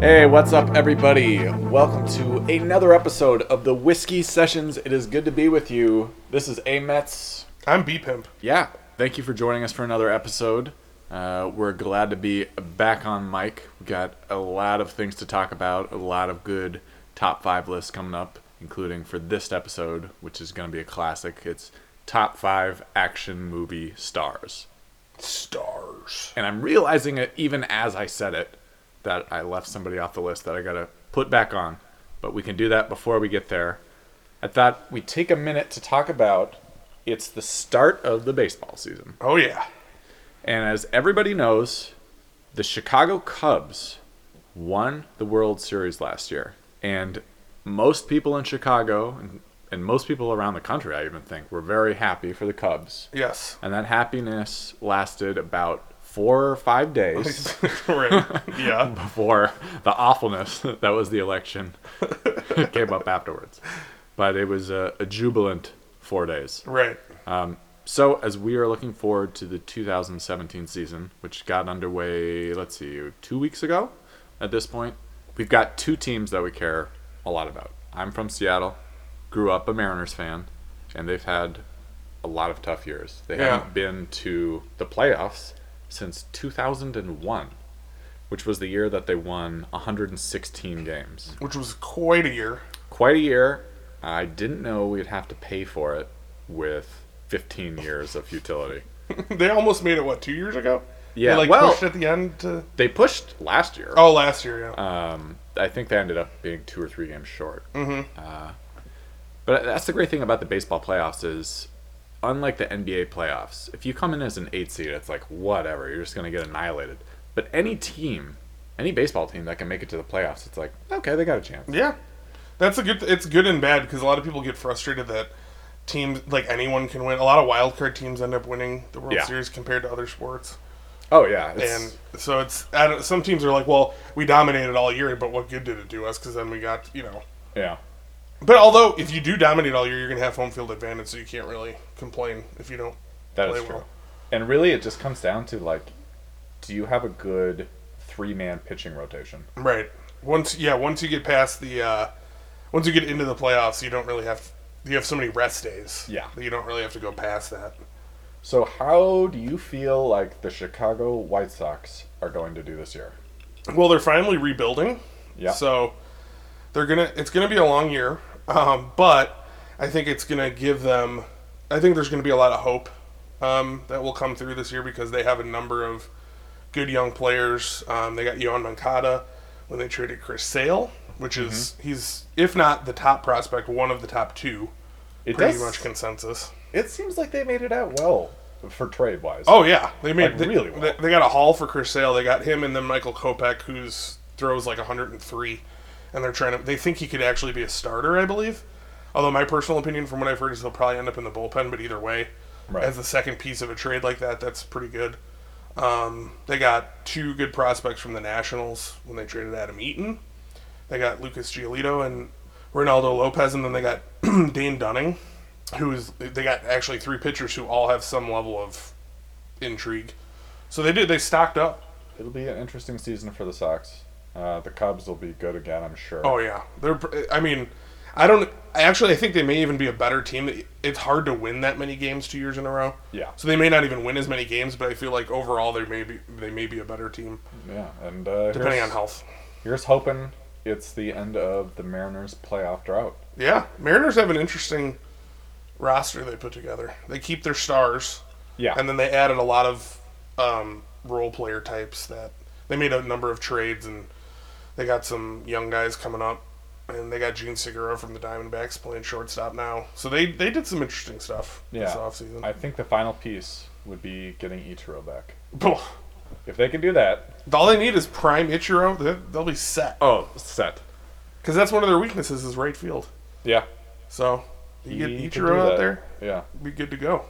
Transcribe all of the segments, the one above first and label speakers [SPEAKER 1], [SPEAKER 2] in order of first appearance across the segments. [SPEAKER 1] Hey, what's up, everybody? Welcome to another episode of the Whiskey Sessions. It is good to be with you. This is A Mets.
[SPEAKER 2] I'm B Pimp.
[SPEAKER 1] Yeah, thank you for joining us for another episode. Uh, we're glad to be back on mic. We got a lot of things to talk about, a lot of good top five lists coming up, including for this episode, which is going to be a classic. It's top five action movie stars.
[SPEAKER 2] Stars.
[SPEAKER 1] And I'm realizing it even as I said it that I left somebody off the list that I got to put back on. But we can do that before we get there. I thought we'd take a minute to talk about it's the start of the baseball season.
[SPEAKER 2] Oh yeah.
[SPEAKER 1] And as everybody knows, the Chicago Cubs won the World Series last year. And most people in Chicago and, and most people around the country, I even think, were very happy for the Cubs.
[SPEAKER 2] Yes.
[SPEAKER 1] And that happiness lasted about four or five days
[SPEAKER 2] right. Yeah.
[SPEAKER 1] before the awfulness that was the election came up afterwards. But it was a, a jubilant four days.
[SPEAKER 2] Right.
[SPEAKER 1] So, as we are looking forward to the 2017 season, which got underway, let's see, two weeks ago at this point, we've got two teams that we care a lot about. I'm from Seattle, grew up a Mariners fan, and they've had a lot of tough years. They
[SPEAKER 2] Yeah.
[SPEAKER 1] haven't been to the playoffs since 2001, which was the year that they won 116 games
[SPEAKER 2] Which was quite a year.
[SPEAKER 1] quite a year. I didn't know we'd have to pay for it with 15 years of futility.
[SPEAKER 2] they almost made it what two years ago.
[SPEAKER 1] Yeah,
[SPEAKER 2] They, like
[SPEAKER 1] well-
[SPEAKER 2] pushed at the end to.
[SPEAKER 1] They pushed last year.
[SPEAKER 2] Oh, last year. Yeah.
[SPEAKER 1] Um, I think they ended up being two or three games short. Mm-hmm. Uh, but that's the great thing about the baseball playoffs is, unlike the NBA playoffs, if you come in as an eight seed, it's like whatever. You're just gonna get annihilated. But any team, any baseball team that can make it to the playoffs, it's like okay, they got a chance.
[SPEAKER 2] yeah. That's a good. It's good and bad because a lot of people get frustrated that teams like anyone can win. A lot of wild card teams end up winning the World
[SPEAKER 1] Yeah.
[SPEAKER 2] Series compared to other sports.
[SPEAKER 1] Oh yeah, it's-
[SPEAKER 2] And so it's I don't, some teams are like, well, we dominated all year, but what good did it do us? Because then we got you know
[SPEAKER 1] yeah.
[SPEAKER 2] But although if you do dominate all year, you're gonna have home field advantage, so you can't really complain if you don't.
[SPEAKER 1] That is
[SPEAKER 2] play
[SPEAKER 1] true.
[SPEAKER 2] well.
[SPEAKER 1] And really, it just comes down to like, do you have a good three-man pitching rotation?
[SPEAKER 2] Right. Once yeah, once you get past the, uh, once you get into the playoffs, you don't really have you have so many rest days.
[SPEAKER 1] Yeah.
[SPEAKER 2] that you don't really have to go past that.
[SPEAKER 1] So, how do you feel like the Chicago White Sox are going to do this year?
[SPEAKER 2] Well, they're finally rebuilding.
[SPEAKER 1] Yeah.
[SPEAKER 2] So they're gonna. It's gonna be a long year, um, but I think it's gonna give them. I think there's gonna be a lot of hope um, that will come through this year because they have a number of good young players. Um, they got Yohan Moncada when they traded Chris Sale, which is he's if not the top prospect, one of the top two,
[SPEAKER 1] It
[SPEAKER 2] pretty
[SPEAKER 1] does.
[SPEAKER 2] much consensus.
[SPEAKER 1] It seems like they made it out well for trade wise.
[SPEAKER 2] Oh yeah, they made
[SPEAKER 1] Like,
[SPEAKER 2] they,
[SPEAKER 1] really well.
[SPEAKER 2] They, they got a haul for Chris Sale. They got him and then Michael Kopech, who's throws like 103, and they're trying to. They think he could actually be a starter, I believe. Although my personal opinion, from what I've heard, is he'll probably end up in the bullpen. But either way,
[SPEAKER 1] Right.
[SPEAKER 2] as the second piece of a trade like that, that's pretty good. Um, they got two good prospects from the Nationals when they traded Adam Eaton. They got Lucas Giolito and Ronaldo Lopez, and then they got Dane Dunning, who is they got actually three pitchers who all have some level of intrigue. So they did. They stocked up.
[SPEAKER 1] It'll be an interesting season for the Sox. Uh, the Cubs will be good again, I'm sure.
[SPEAKER 2] Oh yeah, they're. pr- I mean, I don't. I actually, I think they may even be a better team. It's hard to win that many games two years in a row.
[SPEAKER 1] Yeah.
[SPEAKER 2] So they may not even win as many games, but I feel like overall they may be they may be a better team
[SPEAKER 1] Yeah, and uh,
[SPEAKER 2] depending
[SPEAKER 1] here's,
[SPEAKER 2] on health.
[SPEAKER 1] here's hoping it's the end of the Mariners' playoff drought.
[SPEAKER 2] Yeah, Mariners have an interesting roster they put together. They keep their stars,
[SPEAKER 1] Yeah,
[SPEAKER 2] and then they added a lot of um, role player types that they made a number of trades, and they got some young guys coming up, and they got Gene Segura from the Diamondbacks playing shortstop now. So they they did some interesting stuff
[SPEAKER 1] yeah.
[SPEAKER 2] this offseason.
[SPEAKER 1] I think the final piece would be getting Ichiro back.
[SPEAKER 2] Phew.
[SPEAKER 1] If they can do that,
[SPEAKER 2] All they need is prime Ichiro. They- They'll be set
[SPEAKER 1] Oh, set.
[SPEAKER 2] because that's one of their weaknesses is right field.
[SPEAKER 1] Yeah.
[SPEAKER 2] So you
[SPEAKER 1] He
[SPEAKER 2] get
[SPEAKER 1] can do
[SPEAKER 2] Ichiro out
[SPEAKER 1] that.
[SPEAKER 2] there,
[SPEAKER 1] Yeah.
[SPEAKER 2] be good to go.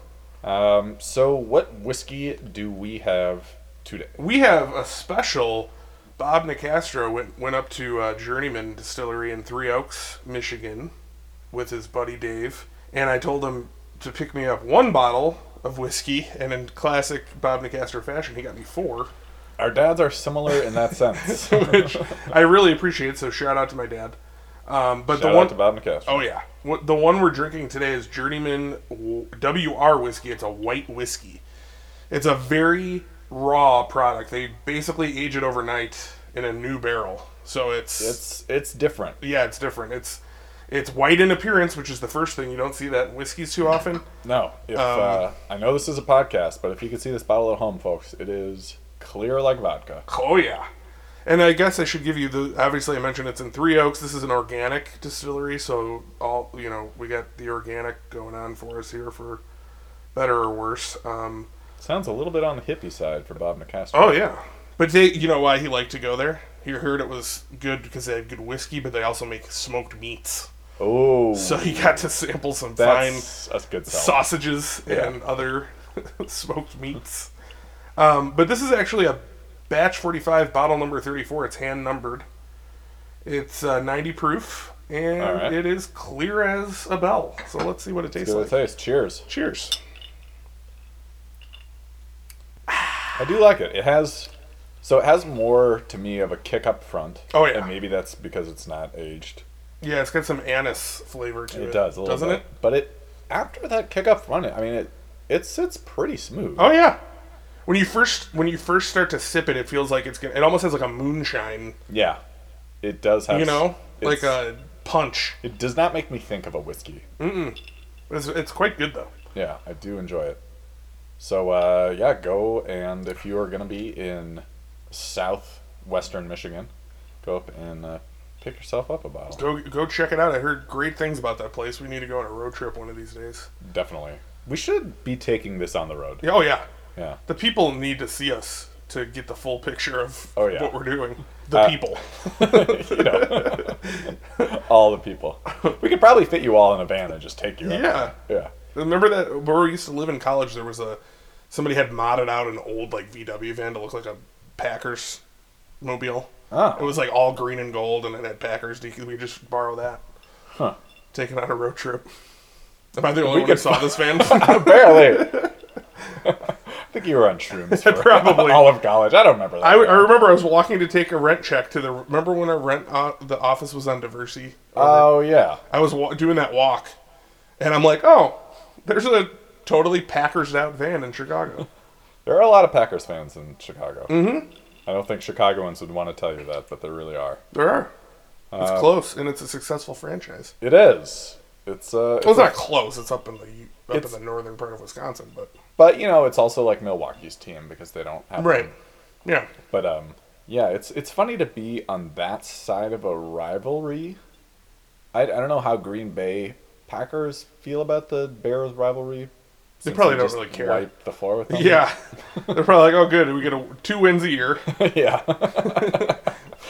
[SPEAKER 1] Um, so, what whiskey do we have today?
[SPEAKER 2] We have a special. Bob Nicastro went went up to uh, Journeyman Distillery in Three Oaks, Michigan, with his buddy Dave, and I told him to pick me up one bottle of whiskey, and in classic Bob Nicastro fashion, he got me four.
[SPEAKER 1] Our dads are similar in that sense.
[SPEAKER 2] which I really appreciate. So shout out to my dad. Um, but
[SPEAKER 3] Shout
[SPEAKER 2] the one,
[SPEAKER 3] out to Bob McCaster.
[SPEAKER 2] oh yeah, What- the one we're drinking today is Journeyman W- WR whiskey. It's a white whiskey. It's a very raw product. They basically age it overnight in a new barrel. So it's,
[SPEAKER 1] It's it's different.
[SPEAKER 2] yeah, it's different. It's it's white in appearance, which is the first thing you don't see that in whiskeys too often.
[SPEAKER 1] No, if
[SPEAKER 2] Um,
[SPEAKER 1] uh, I know this is a podcast, but if you could see this bottle at home, folks, it is clear like vodka.
[SPEAKER 2] Oh yeah. And I guess I should give you the obviously I mentioned it's in Three Oaks. This is an organic distillery, so all you know, we got the organic going on for us here for better or worse. Um,
[SPEAKER 1] Sounds a little bit on the hippie side for Bob Nicastro.
[SPEAKER 2] oh yeah. But they you know why he liked to go there? He heard it was good because they had good whiskey, but they also make smoked meats.
[SPEAKER 1] oh,
[SPEAKER 2] So he got to sample some fine
[SPEAKER 1] that's that's good sell.
[SPEAKER 2] sausages
[SPEAKER 1] Yeah.
[SPEAKER 2] and other smoked meats. Um, but this is actually a batch 45, bottle number 34. It's hand numbered. It's uh, 90 proof, and
[SPEAKER 1] All right.
[SPEAKER 2] it is clear as a bell. So let's see what it tastes
[SPEAKER 1] Give it a
[SPEAKER 2] like.
[SPEAKER 1] taste. Cheers.
[SPEAKER 2] Cheers.
[SPEAKER 1] I do like it. It has so it has more to me of a kick up front.
[SPEAKER 2] Oh, yeah.
[SPEAKER 1] and maybe that's because it's not aged.
[SPEAKER 2] Yeah, it's got some anise flavor to
[SPEAKER 1] It,
[SPEAKER 2] it.
[SPEAKER 1] does a little
[SPEAKER 2] doesn't
[SPEAKER 1] bit.
[SPEAKER 2] it?
[SPEAKER 1] But it after that kick up front, I mean it it sits pretty smooth.
[SPEAKER 2] Oh yeah. When you first when you first start to sip it, it feels like it's gonna. It almost has like a moonshine,
[SPEAKER 1] Yeah, it does have.
[SPEAKER 2] you
[SPEAKER 1] s-
[SPEAKER 2] know, like uh,
[SPEAKER 1] it's-
[SPEAKER 2] a punch.
[SPEAKER 1] It does not make me think of a whiskey.
[SPEAKER 2] It's, it's quite good though.
[SPEAKER 1] Yeah, I do enjoy it. So uh, yeah, go and if you are gonna be in southwestern Michigan, go up and uh, pick yourself up a bottle.
[SPEAKER 2] Go go check it out. I heard great things about that place. We need to go on a road trip one of these days.
[SPEAKER 1] Definitely, we should be taking this on the road.
[SPEAKER 2] Yeah, Oh yeah,
[SPEAKER 1] Yeah.
[SPEAKER 2] the people need to see us to get the full picture of
[SPEAKER 1] Oh, yeah.
[SPEAKER 2] what we're doing. The
[SPEAKER 1] Uh,
[SPEAKER 2] people.
[SPEAKER 1] you know, all the people. We could probably fit you all in a van and just take you. up.
[SPEAKER 2] Yeah.
[SPEAKER 1] Yeah.
[SPEAKER 2] Remember that where we used to live in college? There was a somebody had modded out an old like VW van to look like a Packers mobile. It
[SPEAKER 1] Oh.
[SPEAKER 2] was like all green and gold, and it had Packers. We could just borrow that.
[SPEAKER 1] Huh.
[SPEAKER 2] Take it on a road trip. Am I the only one who
[SPEAKER 1] could
[SPEAKER 2] saw this van?
[SPEAKER 1] Apparently. I think you were on shrooms for
[SPEAKER 2] Probably.
[SPEAKER 1] all of college. I don't remember that.
[SPEAKER 2] I, I remember I was walking to take a rent check to the. Remember when our rent uh, the office was on Diversity?
[SPEAKER 1] oh yeah.
[SPEAKER 2] I was wa- doing that walk, and I'm like, oh, there's a totally Packers out van in Chicago.
[SPEAKER 1] There are a lot of Packers fans in Chicago. Mm-hmm. I don't think Chicagoans would want to tell you that, but there really are.
[SPEAKER 2] there are. It's close, and Uh, it's a successful franchise.
[SPEAKER 1] It is. It's uh.
[SPEAKER 2] Well,
[SPEAKER 1] it's
[SPEAKER 2] it's not
[SPEAKER 1] a-
[SPEAKER 2] close. It's up in the up in
[SPEAKER 1] It's-
[SPEAKER 2] the northern part of Wisconsin, but
[SPEAKER 1] but you know, it's also like Milwaukee's team because they don't have
[SPEAKER 2] right, yeah,
[SPEAKER 1] But um, yeah, it's it's funny to be on that side of a rivalry. I, I don't know how Green Bay Packers feel about the Bears rivalry. since
[SPEAKER 2] probably don't
[SPEAKER 1] just
[SPEAKER 2] really care.
[SPEAKER 1] Wipe the floor with them.
[SPEAKER 2] yeah. They're probably like, oh, good, we get a, two wins a year.
[SPEAKER 1] yeah.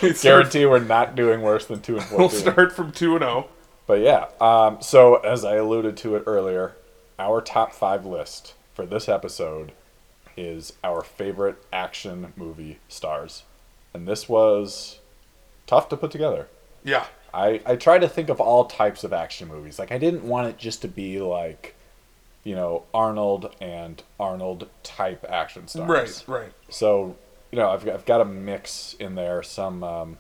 [SPEAKER 2] We start-
[SPEAKER 1] Guarantee we're not doing worse than two and
[SPEAKER 2] We'll
[SPEAKER 1] 14
[SPEAKER 2] start from two and oh. zero.
[SPEAKER 1] But yeah, um, so as I alluded to it earlier, our top five list for this episode is our favorite action movie stars, and this was tough to put together.
[SPEAKER 2] Yeah,
[SPEAKER 1] I, I try to think of all types of action movies. Like I didn't want it just to be like, you know, Arnold and Arnold type action stars.
[SPEAKER 2] right, right.
[SPEAKER 1] So you know, I've I've got a mix in there. Some um,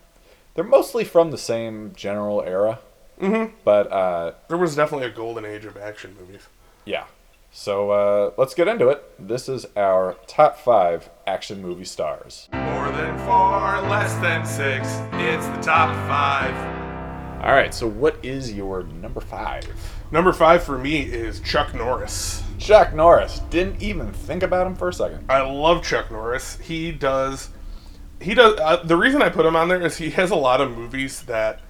[SPEAKER 1] they're mostly from the same general era. Mm-hmm. But uh,
[SPEAKER 2] There was definitely a golden age of action movies.
[SPEAKER 1] yeah. So uh, let's get into it. This is our top five action movie stars.
[SPEAKER 2] More than four, less than six. It's the top five.
[SPEAKER 1] All right. So what is your number five?
[SPEAKER 2] Number five for me is Chuck Norris.
[SPEAKER 1] Chuck Norris. Didn't even think about him for a second.
[SPEAKER 2] I love Chuck Norris. He does. He does. Uh, the reason I put him on there is he has a lot of movies that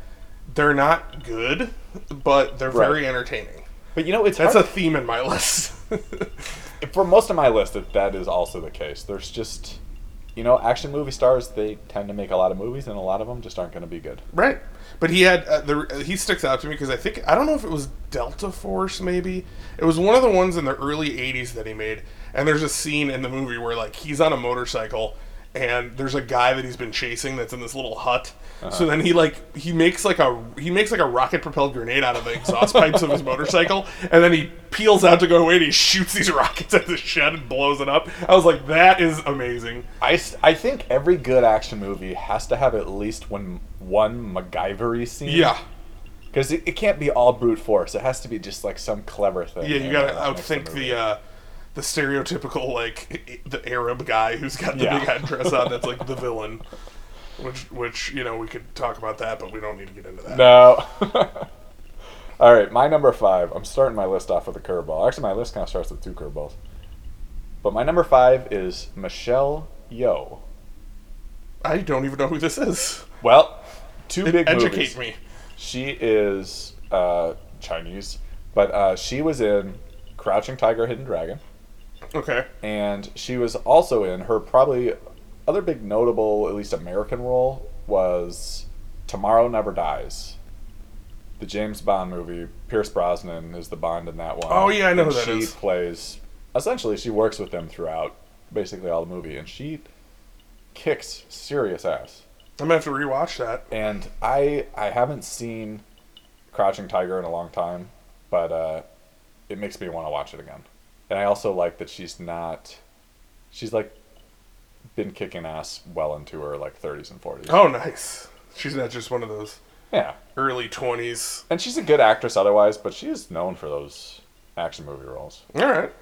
[SPEAKER 2] they're not good, but they're very
[SPEAKER 1] Right.
[SPEAKER 2] entertaining.
[SPEAKER 1] But you know, it's
[SPEAKER 2] That's
[SPEAKER 1] hard-
[SPEAKER 2] a theme in my list.
[SPEAKER 1] for most of my list that that is also the case there's just you know action movie stars they tend to make a lot of movies and a lot of them just aren't going to be good
[SPEAKER 2] right. But he had uh, the uh, he sticks out to me because I think I don't know if it was Delta Force maybe it was one of the ones in the early '80s that he made and there's a scene in the movie where like he's on a motorcycle and there's a guy that he's been chasing that's in this little hut. So then he like he makes like a he makes like a rocket propelled grenade out of the exhaust pipes of his motorcycle, and then he peels out to go away and he shoots these rockets at the shed and blows it up. I was like, that is amazing.
[SPEAKER 1] I, s- I think every good action movie has to have at least one one MacGyvery scene.
[SPEAKER 2] Yeah,
[SPEAKER 1] because it, it can't be all brute force. It has to be just like some clever thing.
[SPEAKER 2] yeah, you
[SPEAKER 1] in
[SPEAKER 2] gotta
[SPEAKER 1] there that makes
[SPEAKER 2] outthink
[SPEAKER 1] movie.
[SPEAKER 2] the uh, the stereotypical like i- i- the Arab guy who's got the
[SPEAKER 1] Yeah.
[SPEAKER 2] big headdress on that's like the villain. Which, which you know, we could talk about that, but we don't need to get into that.
[SPEAKER 1] No. all right, my number five. I'm starting my list off with a curveball. Actually, my list kind of starts with two curveballs. But my number five is Michelle Yeoh.
[SPEAKER 2] I don't even know who this is.
[SPEAKER 1] Well, two big
[SPEAKER 2] Educate
[SPEAKER 1] movies.
[SPEAKER 2] me.
[SPEAKER 1] She is uh, Chinese, but uh, she was in Crouching Tiger, Hidden Dragon.
[SPEAKER 2] Okay.
[SPEAKER 1] and she was also in her probably other big notable at least american role was tomorrow never dies the james bond movie pierce brosnan is the bond in that one.
[SPEAKER 2] Oh, yeah, I know
[SPEAKER 1] and
[SPEAKER 2] who that
[SPEAKER 1] she
[SPEAKER 2] is.
[SPEAKER 1] plays essentially she works with them throughout basically all the movie and she kicks serious ass
[SPEAKER 2] I'm gonna have to rewatch that.
[SPEAKER 1] and I I haven't seen Crouching Tiger in a long time, but uh, it makes me want to watch it again. And I also like that she's not, she's like been kicking ass well into her like 30s and 40s.
[SPEAKER 2] Oh, nice. She's not just one of those
[SPEAKER 1] Yeah,
[SPEAKER 2] early 20s.
[SPEAKER 1] and she's a good actress otherwise, but she is known for those action movie roles.
[SPEAKER 2] All right.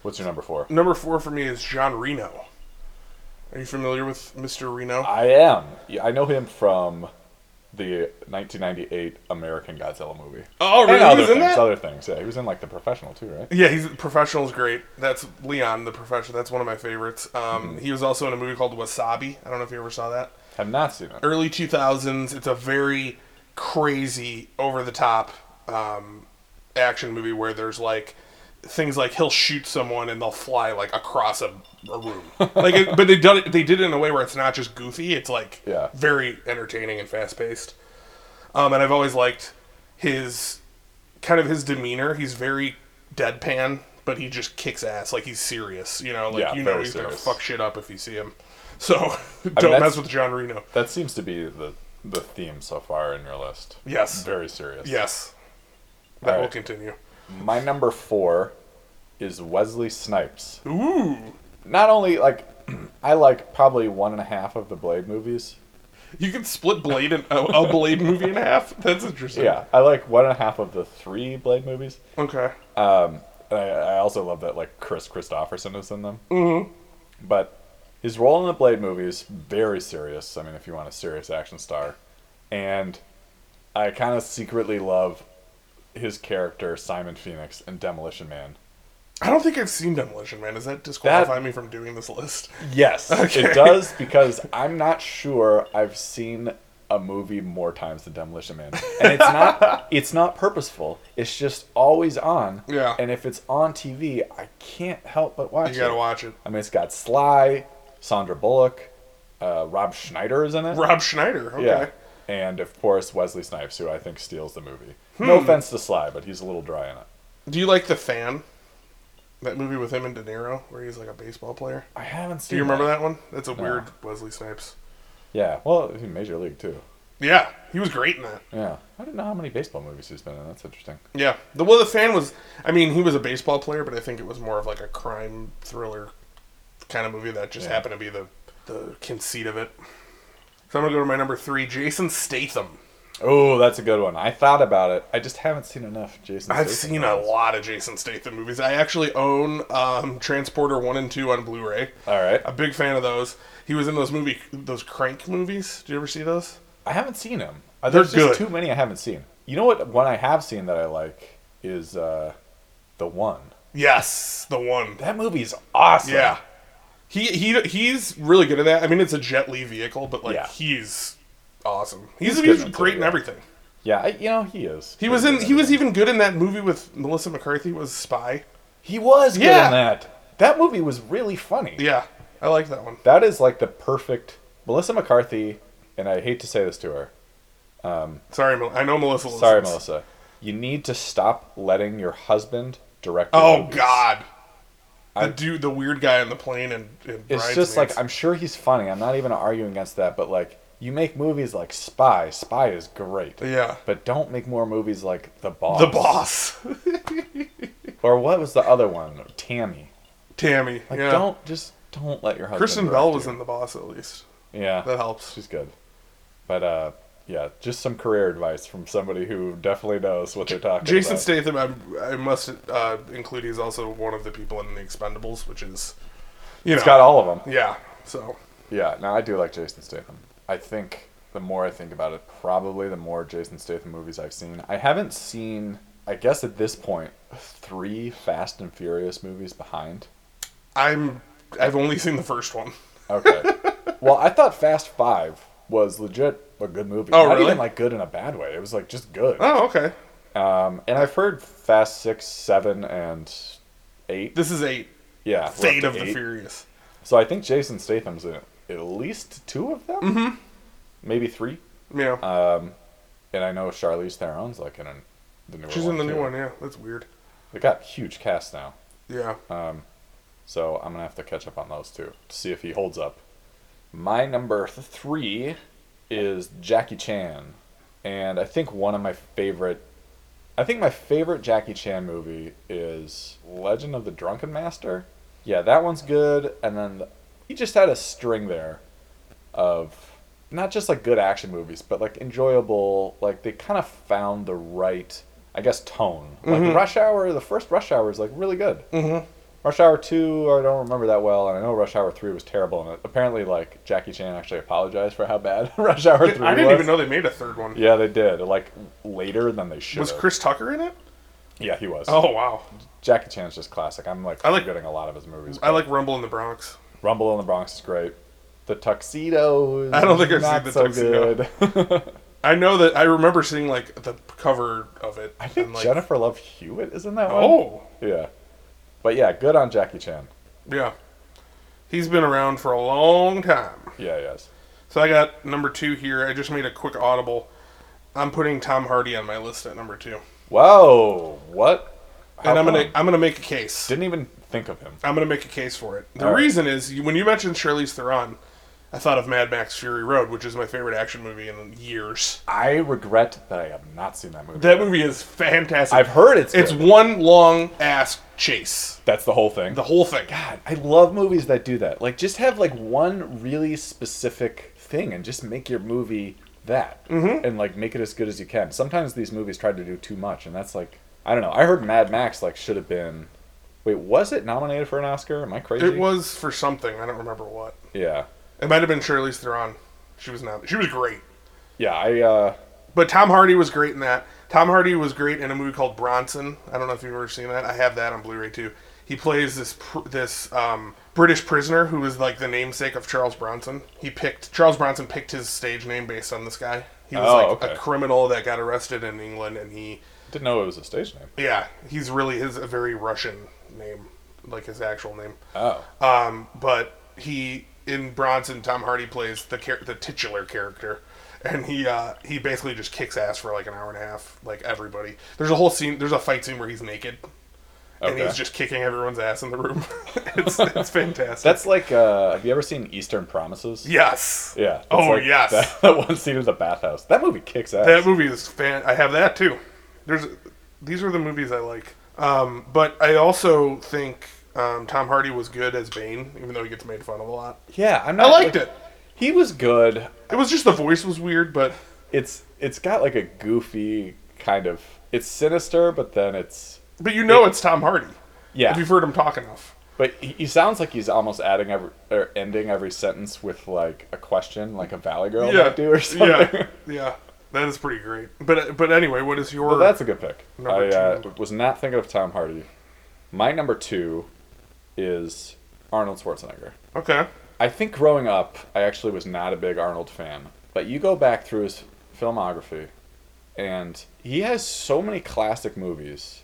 [SPEAKER 1] What's your number four?
[SPEAKER 2] Number four for me is John Reno. Are you familiar with Mr. Reno?
[SPEAKER 1] I am. Yeah, I know him from the 1998 American Godzilla movie.
[SPEAKER 2] oh,
[SPEAKER 1] And
[SPEAKER 2] really?
[SPEAKER 1] other
[SPEAKER 2] He was in
[SPEAKER 1] things,
[SPEAKER 2] that?
[SPEAKER 1] other things. Yeah, he was in like The Professional too, right?
[SPEAKER 2] Yeah, he's professional's great. That's Leon, the professional. That's one of my favorites. Um, He was also in a movie called Wasabi. I don't know if you ever saw that.
[SPEAKER 1] Have not seen it.
[SPEAKER 2] early 2000s. It's a very crazy, over the top um, action movie where there's like things like he'll shoot someone and they'll fly like across a, a room. Like, it, but they done it, they did it in a way where it's not just goofy. It's like
[SPEAKER 1] Yeah.
[SPEAKER 2] very entertaining and fast paced. Um, and I've always liked his kind of his demeanor. He's very deadpan, but he just kicks ass. Like he's serious, you know. Like
[SPEAKER 1] Yeah,
[SPEAKER 2] you know
[SPEAKER 1] very
[SPEAKER 2] he's gonna
[SPEAKER 1] serious.
[SPEAKER 2] fuck shit up if you see him. So
[SPEAKER 1] I mean,
[SPEAKER 2] don't
[SPEAKER 1] that's-
[SPEAKER 2] mess with John Reno.
[SPEAKER 1] That seems to be the the theme so far in your list.
[SPEAKER 2] Yes.
[SPEAKER 1] Very serious.
[SPEAKER 2] Yes. That will
[SPEAKER 1] Alright.
[SPEAKER 2] continue.
[SPEAKER 1] My number four is Wesley Snipes.
[SPEAKER 2] Ooh.
[SPEAKER 1] Not only like I like probably one and a half of the Blade movies.
[SPEAKER 2] You can split Blade in a, a Blade movie in half. That's interesting.
[SPEAKER 1] Yeah, I like one and a half of the three Blade movies.
[SPEAKER 2] Okay.
[SPEAKER 1] Um, and I, I also love that like Chris Christopherson is in them. Mm-hmm. But his role in the Blade movies very serious. I mean, if you want a serious action star, and I kind of secretly love his character Simon Phoenix in Demolition Man.
[SPEAKER 2] I don't think I've seen Demolition Man. Does that disqualify me from doing this list?
[SPEAKER 1] Yes,
[SPEAKER 2] Okay.
[SPEAKER 1] it does because I'm not sure I've seen a movie more times than Demolition Man, and it's not it's not purposeful. It's just always on.
[SPEAKER 2] Yeah.
[SPEAKER 1] And if it's on TV, I can't help but watch
[SPEAKER 2] You gotta
[SPEAKER 1] it.
[SPEAKER 2] watch it.
[SPEAKER 1] I mean, it's got Sly, Sandra Bullock, uh, Rob Schneider is in it.
[SPEAKER 2] Rob Schneider. Okay.
[SPEAKER 1] Yeah. And of course Wesley Snipes, who I think steals the movie. No offense to Sly, but he's a little dry in it.
[SPEAKER 2] Do you like The Fan? That movie with him and De Niro, where he's like a baseball player.
[SPEAKER 1] I haven't seen.
[SPEAKER 2] Do you remember that one? That's a weird Wesley Snipes.
[SPEAKER 1] Yeah. Well, he's in Major League too.
[SPEAKER 2] Yeah, he was great in that.
[SPEAKER 1] Yeah. I don't know how many baseball movies he's been in. That's interesting.
[SPEAKER 2] Yeah. The well, the fan was. I mean, he was a baseball player, but I think it was more of like a crime thriller kind of movie that just
[SPEAKER 1] Yeah.
[SPEAKER 2] happened to be the the conceit of it. So I'm gonna go to my number three, Jason Statham.
[SPEAKER 1] Oh, that's a good one. I thought about it. I just haven't seen enough Jason.
[SPEAKER 2] I've
[SPEAKER 1] Statham
[SPEAKER 2] seen a
[SPEAKER 1] movies.
[SPEAKER 2] lot of Jason Statham movies. I actually own um, Transporter one and two on Blu-ray.
[SPEAKER 1] All right.
[SPEAKER 2] A big fan of those. He was in those movie, those Crank movies. Did you ever see those?
[SPEAKER 1] I haven't seen them. Uh,
[SPEAKER 2] They're
[SPEAKER 1] There's just
[SPEAKER 2] good.
[SPEAKER 1] too many I haven't seen. You know what? One I have seen that I like is uh, the one.
[SPEAKER 2] Yes, the one.
[SPEAKER 1] That movie is awesome.
[SPEAKER 2] Yeah. He, he he's really good at that. I mean, it's a Jet Li vehicle, but like
[SPEAKER 1] Yeah.
[SPEAKER 2] he's awesome. He's,
[SPEAKER 1] He's
[SPEAKER 2] he's,
[SPEAKER 1] good in it,
[SPEAKER 2] great
[SPEAKER 1] too,
[SPEAKER 2] in
[SPEAKER 1] yeah.
[SPEAKER 2] everything.
[SPEAKER 1] yeah. I, you know he is.
[SPEAKER 2] He was in he was even good in that movie with Melissa McCarthy was Spy.
[SPEAKER 1] He was good
[SPEAKER 2] Yeah.
[SPEAKER 1] in that. That movie was really funny.
[SPEAKER 2] Yeah, I like that one.
[SPEAKER 1] That is like the perfect Melissa McCarthy, and I hate to say this to her.
[SPEAKER 2] Sorry, Mel- I know Melissa. listens.
[SPEAKER 1] Sorry, Melissa. You need to stop letting your husband direct. your
[SPEAKER 2] Oh
[SPEAKER 1] movies.
[SPEAKER 2] God, The dude, the weird guy on the plane, and, and
[SPEAKER 1] It's just like I'm sure he's funny. I'm not even arguing against that, but like you make movies like Spy. Spy is great.
[SPEAKER 2] yeah,
[SPEAKER 1] But don't make more movies like The Boss.
[SPEAKER 2] the boss,
[SPEAKER 1] Or what was the other one? Tammy.
[SPEAKER 2] Tammy.
[SPEAKER 1] Like
[SPEAKER 2] yeah,
[SPEAKER 1] don't just don't let your husband
[SPEAKER 2] Kristen
[SPEAKER 1] direct
[SPEAKER 2] Bell
[SPEAKER 1] you.
[SPEAKER 2] was in the boss at least.
[SPEAKER 1] Yeah.
[SPEAKER 2] That helps.
[SPEAKER 1] She's good. But uh yeah, just some career advice from somebody who definitely knows what they're talking
[SPEAKER 2] Jason
[SPEAKER 1] about.
[SPEAKER 2] Statham, I'm, I must uh, include, he's also one of the people in the Expendables, which is, you know,
[SPEAKER 1] It's got all of them.
[SPEAKER 2] yeah. So
[SPEAKER 1] Yeah, no, I do like Jason Statham. I think the more I think about it, probably the more Jason Statham movies I've seen. I haven't seen, I guess at this point, three Fast and Furious movies behind.
[SPEAKER 2] I'm, I've only seen the first one.
[SPEAKER 1] Okay. well, I thought Fast Five was legit a good movie.
[SPEAKER 2] Oh,
[SPEAKER 1] Not
[SPEAKER 2] really?
[SPEAKER 1] even like good in a bad way. It was like just good.
[SPEAKER 2] Oh, okay.
[SPEAKER 1] Um, and I've heard Fast Six, Seven, and Eight.
[SPEAKER 2] This is eight.
[SPEAKER 1] Yeah, we're up
[SPEAKER 2] Fate
[SPEAKER 1] to
[SPEAKER 2] of the
[SPEAKER 1] eight.
[SPEAKER 2] Furious.
[SPEAKER 1] So I think Jason Statham's in at least two of them, mm-hmm. maybe three.
[SPEAKER 2] Yeah,
[SPEAKER 1] Um, and I know Charlize Theron's like in an, the new.
[SPEAKER 2] she's in the new one. Yeah, that's weird.
[SPEAKER 1] They got huge cast now,
[SPEAKER 2] Yeah.
[SPEAKER 1] Uh, so I'm gonna have to catch up on those two to see if he holds up. My number th- three is Jackie Chan, and I think one of my favorite. I think my favorite Jackie Chan movie is Legend of the Drunken Master. Yeah, that one's good. And then he just had a string there of not just like good action movies, but like enjoyable. Like they kind of found the right, I guess, tone. Like
[SPEAKER 2] Mm-hmm.
[SPEAKER 1] Rush Hour, the first Rush Hour is like really good. Mm-hmm. Rush Hour Two, I don't remember that well, and I know Rush Hour Three was terrible. And apparently, like Jackie Chan actually apologized for how bad Rush Hour Three
[SPEAKER 2] I didn't
[SPEAKER 1] was.
[SPEAKER 2] even know they made a third one.
[SPEAKER 1] Yeah, they did. Like later than they should.
[SPEAKER 2] Was
[SPEAKER 1] have.
[SPEAKER 2] Chris Tucker in it?
[SPEAKER 1] Yeah, he was.
[SPEAKER 2] Oh wow.
[SPEAKER 1] Jackie Chan's just classic. I'm like,
[SPEAKER 2] I like-
[SPEAKER 1] forgetting a lot of his movies.
[SPEAKER 2] I like Rumble in the Bronx.
[SPEAKER 1] Rumble in the Bronx is great. The Tuxedo. Is
[SPEAKER 2] I don't think I've
[SPEAKER 1] not
[SPEAKER 2] seen The
[SPEAKER 1] so
[SPEAKER 2] Tuxedo.
[SPEAKER 1] good.
[SPEAKER 2] I know that I remember seeing like the cover of it.
[SPEAKER 1] I think
[SPEAKER 2] and, like,
[SPEAKER 1] Jennifer Love Hewitt is in that one.
[SPEAKER 2] Oh
[SPEAKER 1] Yeah, but yeah, good on Jackie Chan.
[SPEAKER 2] yeah, he's been around for a long time.
[SPEAKER 1] Yeah, yes.
[SPEAKER 2] So I got number two here. I just made a quick audible. I'm putting Tom Hardy on my list at number two,
[SPEAKER 1] Whoa, what? How
[SPEAKER 2] and I'm gonna
[SPEAKER 1] come?
[SPEAKER 2] I'm gonna make a case.
[SPEAKER 1] Didn't even think of him.
[SPEAKER 2] I'm gonna make a case for it. The
[SPEAKER 1] All right.
[SPEAKER 2] reason is you, when you mentioned Charlize Theron, I thought of Mad Max Fury Road, which is my favorite action movie in years.
[SPEAKER 1] I regret that I have not seen that movie.
[SPEAKER 2] That movie is fantastic.
[SPEAKER 1] I've heard it's
[SPEAKER 2] it's
[SPEAKER 1] good.
[SPEAKER 2] one long ass chase,
[SPEAKER 1] that's the whole thing.
[SPEAKER 2] the whole thing.
[SPEAKER 1] God, I love movies that do that. Like, just have like one really specific thing and just make your movie that, mm-hmm. and like make it as good as you can. Sometimes these movies try to do too much, and that's like, I don't know. I heard Mad Max like should have been. Wait, was it nominated for an Oscar? Am I crazy?
[SPEAKER 2] It was for something I don't remember what.
[SPEAKER 1] Yeah,
[SPEAKER 2] It might have been Charlize Theron. She was not. She was great,
[SPEAKER 1] yeah. I uh,
[SPEAKER 2] but Tom Hardy was great in that. Tom Hardy was great in a movie called Bronson. I don't know if you've ever seen that. I have that on Blu-ray too. He plays this pr- this um, British prisoner who is like the namesake of Charles Bronson. He picked Charles Bronson picked his stage name based on this guy. He was
[SPEAKER 1] Oh,
[SPEAKER 2] like
[SPEAKER 1] okay.
[SPEAKER 2] a criminal that got arrested in England, and he
[SPEAKER 1] didn't know it was a stage name.
[SPEAKER 2] yeah he's really his a very Russian name, like his actual name.
[SPEAKER 1] Oh,
[SPEAKER 2] Um, but he in Bronson, Tom Hardy plays the char- the titular character, and he uh, he basically just kicks ass for like an hour and a half, like everybody. There's a whole scene. There's a fight scene where he's naked, and
[SPEAKER 1] Okay.
[SPEAKER 2] he's just kicking everyone's ass in the room. it's it's fantastic.
[SPEAKER 1] that's like. Uh, have you ever seen Eastern Promises?
[SPEAKER 2] yes.
[SPEAKER 1] Yeah. that's
[SPEAKER 2] Oh,
[SPEAKER 1] like
[SPEAKER 2] yes.
[SPEAKER 1] That, that one scene in the bathhouse. That movie kicks ass.
[SPEAKER 2] That movie is fan. I have that too. There's these are the movies I like. Um, but I also think um, Tom Hardy was good as Bane, even though he gets made fun of a lot.
[SPEAKER 1] yeah, I'm not.
[SPEAKER 2] I liked it.
[SPEAKER 1] He was good.
[SPEAKER 2] It was just the voice was weird, but
[SPEAKER 1] it's it's got like a goofy kind of it's sinister but then it's
[SPEAKER 2] But you know it's Tom Hardy.
[SPEAKER 1] Yeah.
[SPEAKER 2] If you've heard him talk enough.
[SPEAKER 1] but he, he sounds like he's almost adding every or ending every sentence with like a question like a valley girl might do or something
[SPEAKER 2] Yeah. Yeah. That is pretty great. But but anyway, what is your
[SPEAKER 1] Well, that's a good pick i
[SPEAKER 2] Number
[SPEAKER 1] uh,
[SPEAKER 2] two.
[SPEAKER 1] was not thinking of tom hardy my number two is arnold schwarzenegger
[SPEAKER 2] Okay.
[SPEAKER 1] I think growing up, I actually was not a big Arnold fan. But you go back through his filmography, and he has so many classic movies,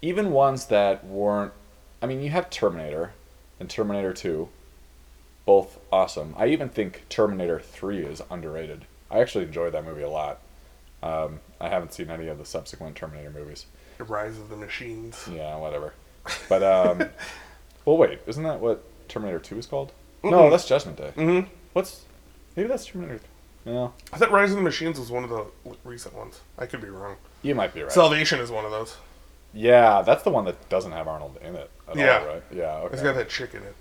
[SPEAKER 1] even ones that weren't. I mean, you have Terminator and Terminator 2, both awesome. I even think Terminator 3 is underrated. I actually enjoyed that movie a lot. Um, I haven't seen any of the subsequent Terminator movies.
[SPEAKER 2] The Rise of the Machines.
[SPEAKER 1] Yeah, whatever. But um, Well, wait, isn't that what Terminator Two is called? No, that's Judgment Day.
[SPEAKER 2] Mhm.
[SPEAKER 1] What's maybe that's Terminator? No,
[SPEAKER 2] I thought Rise of the Machines was one of the recent ones. I could be wrong.
[SPEAKER 1] you might be right.
[SPEAKER 2] Salvation is one of those.
[SPEAKER 1] yeah, that's the one that doesn't have Arnold in it. At
[SPEAKER 2] Yeah.
[SPEAKER 1] all, right. Yeah. Okay.
[SPEAKER 2] It's got that chick in it.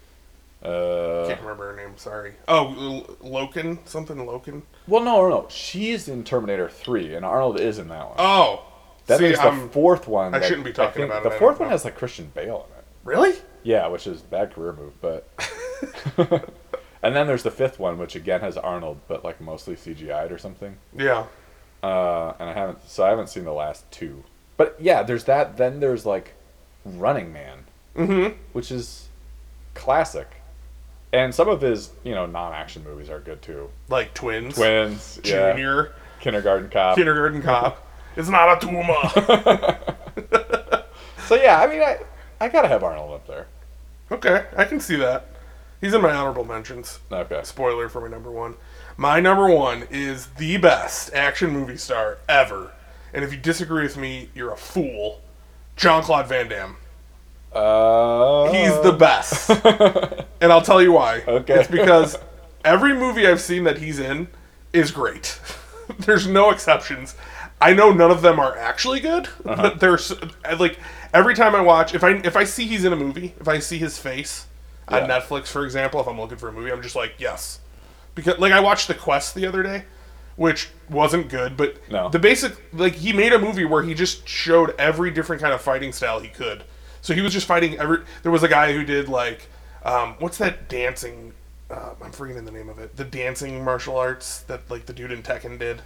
[SPEAKER 1] uh,
[SPEAKER 2] Can't remember her name. Sorry. Oh, L- Loken, something Loken.
[SPEAKER 1] well, no, no, no. She's in Terminator Three, and Arnold is in that one.
[SPEAKER 2] Oh,
[SPEAKER 1] that
[SPEAKER 2] see,
[SPEAKER 1] means the
[SPEAKER 2] I'm
[SPEAKER 1] fourth one.
[SPEAKER 2] I
[SPEAKER 1] that-
[SPEAKER 2] shouldn't be talking
[SPEAKER 1] think
[SPEAKER 2] about it, I
[SPEAKER 1] The
[SPEAKER 2] don't
[SPEAKER 1] fourth one
[SPEAKER 2] know.
[SPEAKER 1] has like Christian Bale in it.
[SPEAKER 2] really.
[SPEAKER 1] Yeah, which is a bad career move, but. and then there's the fifth one, which again has Arnold, but like mostly CGI'd or something.
[SPEAKER 2] Yeah.
[SPEAKER 1] Uh, and I haven't, so I haven't seen the last two. But yeah, there's that. Then there's like Running Man,
[SPEAKER 2] Mm-hmm.
[SPEAKER 1] which is classic. And some of his, you know, non-action movies are good too.
[SPEAKER 2] Like twins.
[SPEAKER 1] Twins, yeah,
[SPEAKER 2] Junior.
[SPEAKER 1] Kindergarten Cop.
[SPEAKER 2] Kindergarten cop. It's not a tumor.
[SPEAKER 1] so yeah, I mean, I, I gotta have Arnold up there.
[SPEAKER 2] okay, I can see that. He's in my honorable mentions.
[SPEAKER 1] Okay.
[SPEAKER 2] Spoiler for my number one. My number one is the best action movie star ever. And if you disagree with me, you're a fool. Jean Claude Van Damme.
[SPEAKER 1] Uh,
[SPEAKER 2] He's the best. and I'll tell you why.
[SPEAKER 1] Okay.
[SPEAKER 2] It's because every movie I've seen that he's in is great. There's no exceptions. I know none of them are actually good,
[SPEAKER 1] Uh-huh.
[SPEAKER 2] but there's uh, like every time I watch, if I if I see he's in a movie, if I see his face on
[SPEAKER 1] Yeah.
[SPEAKER 2] Netflix, for example, if I'm looking for a movie, I'm just like, yes, because like I watched The Quest the other day, which wasn't good, but
[SPEAKER 1] No.
[SPEAKER 2] the basic like he made a movie where he just showed every different kind of fighting style he could. So he was just fighting every. There was a guy who did like, um, what's that dancing? Uh, I'm forgetting the name of it. The dancing martial arts that like the dude in Tekken did,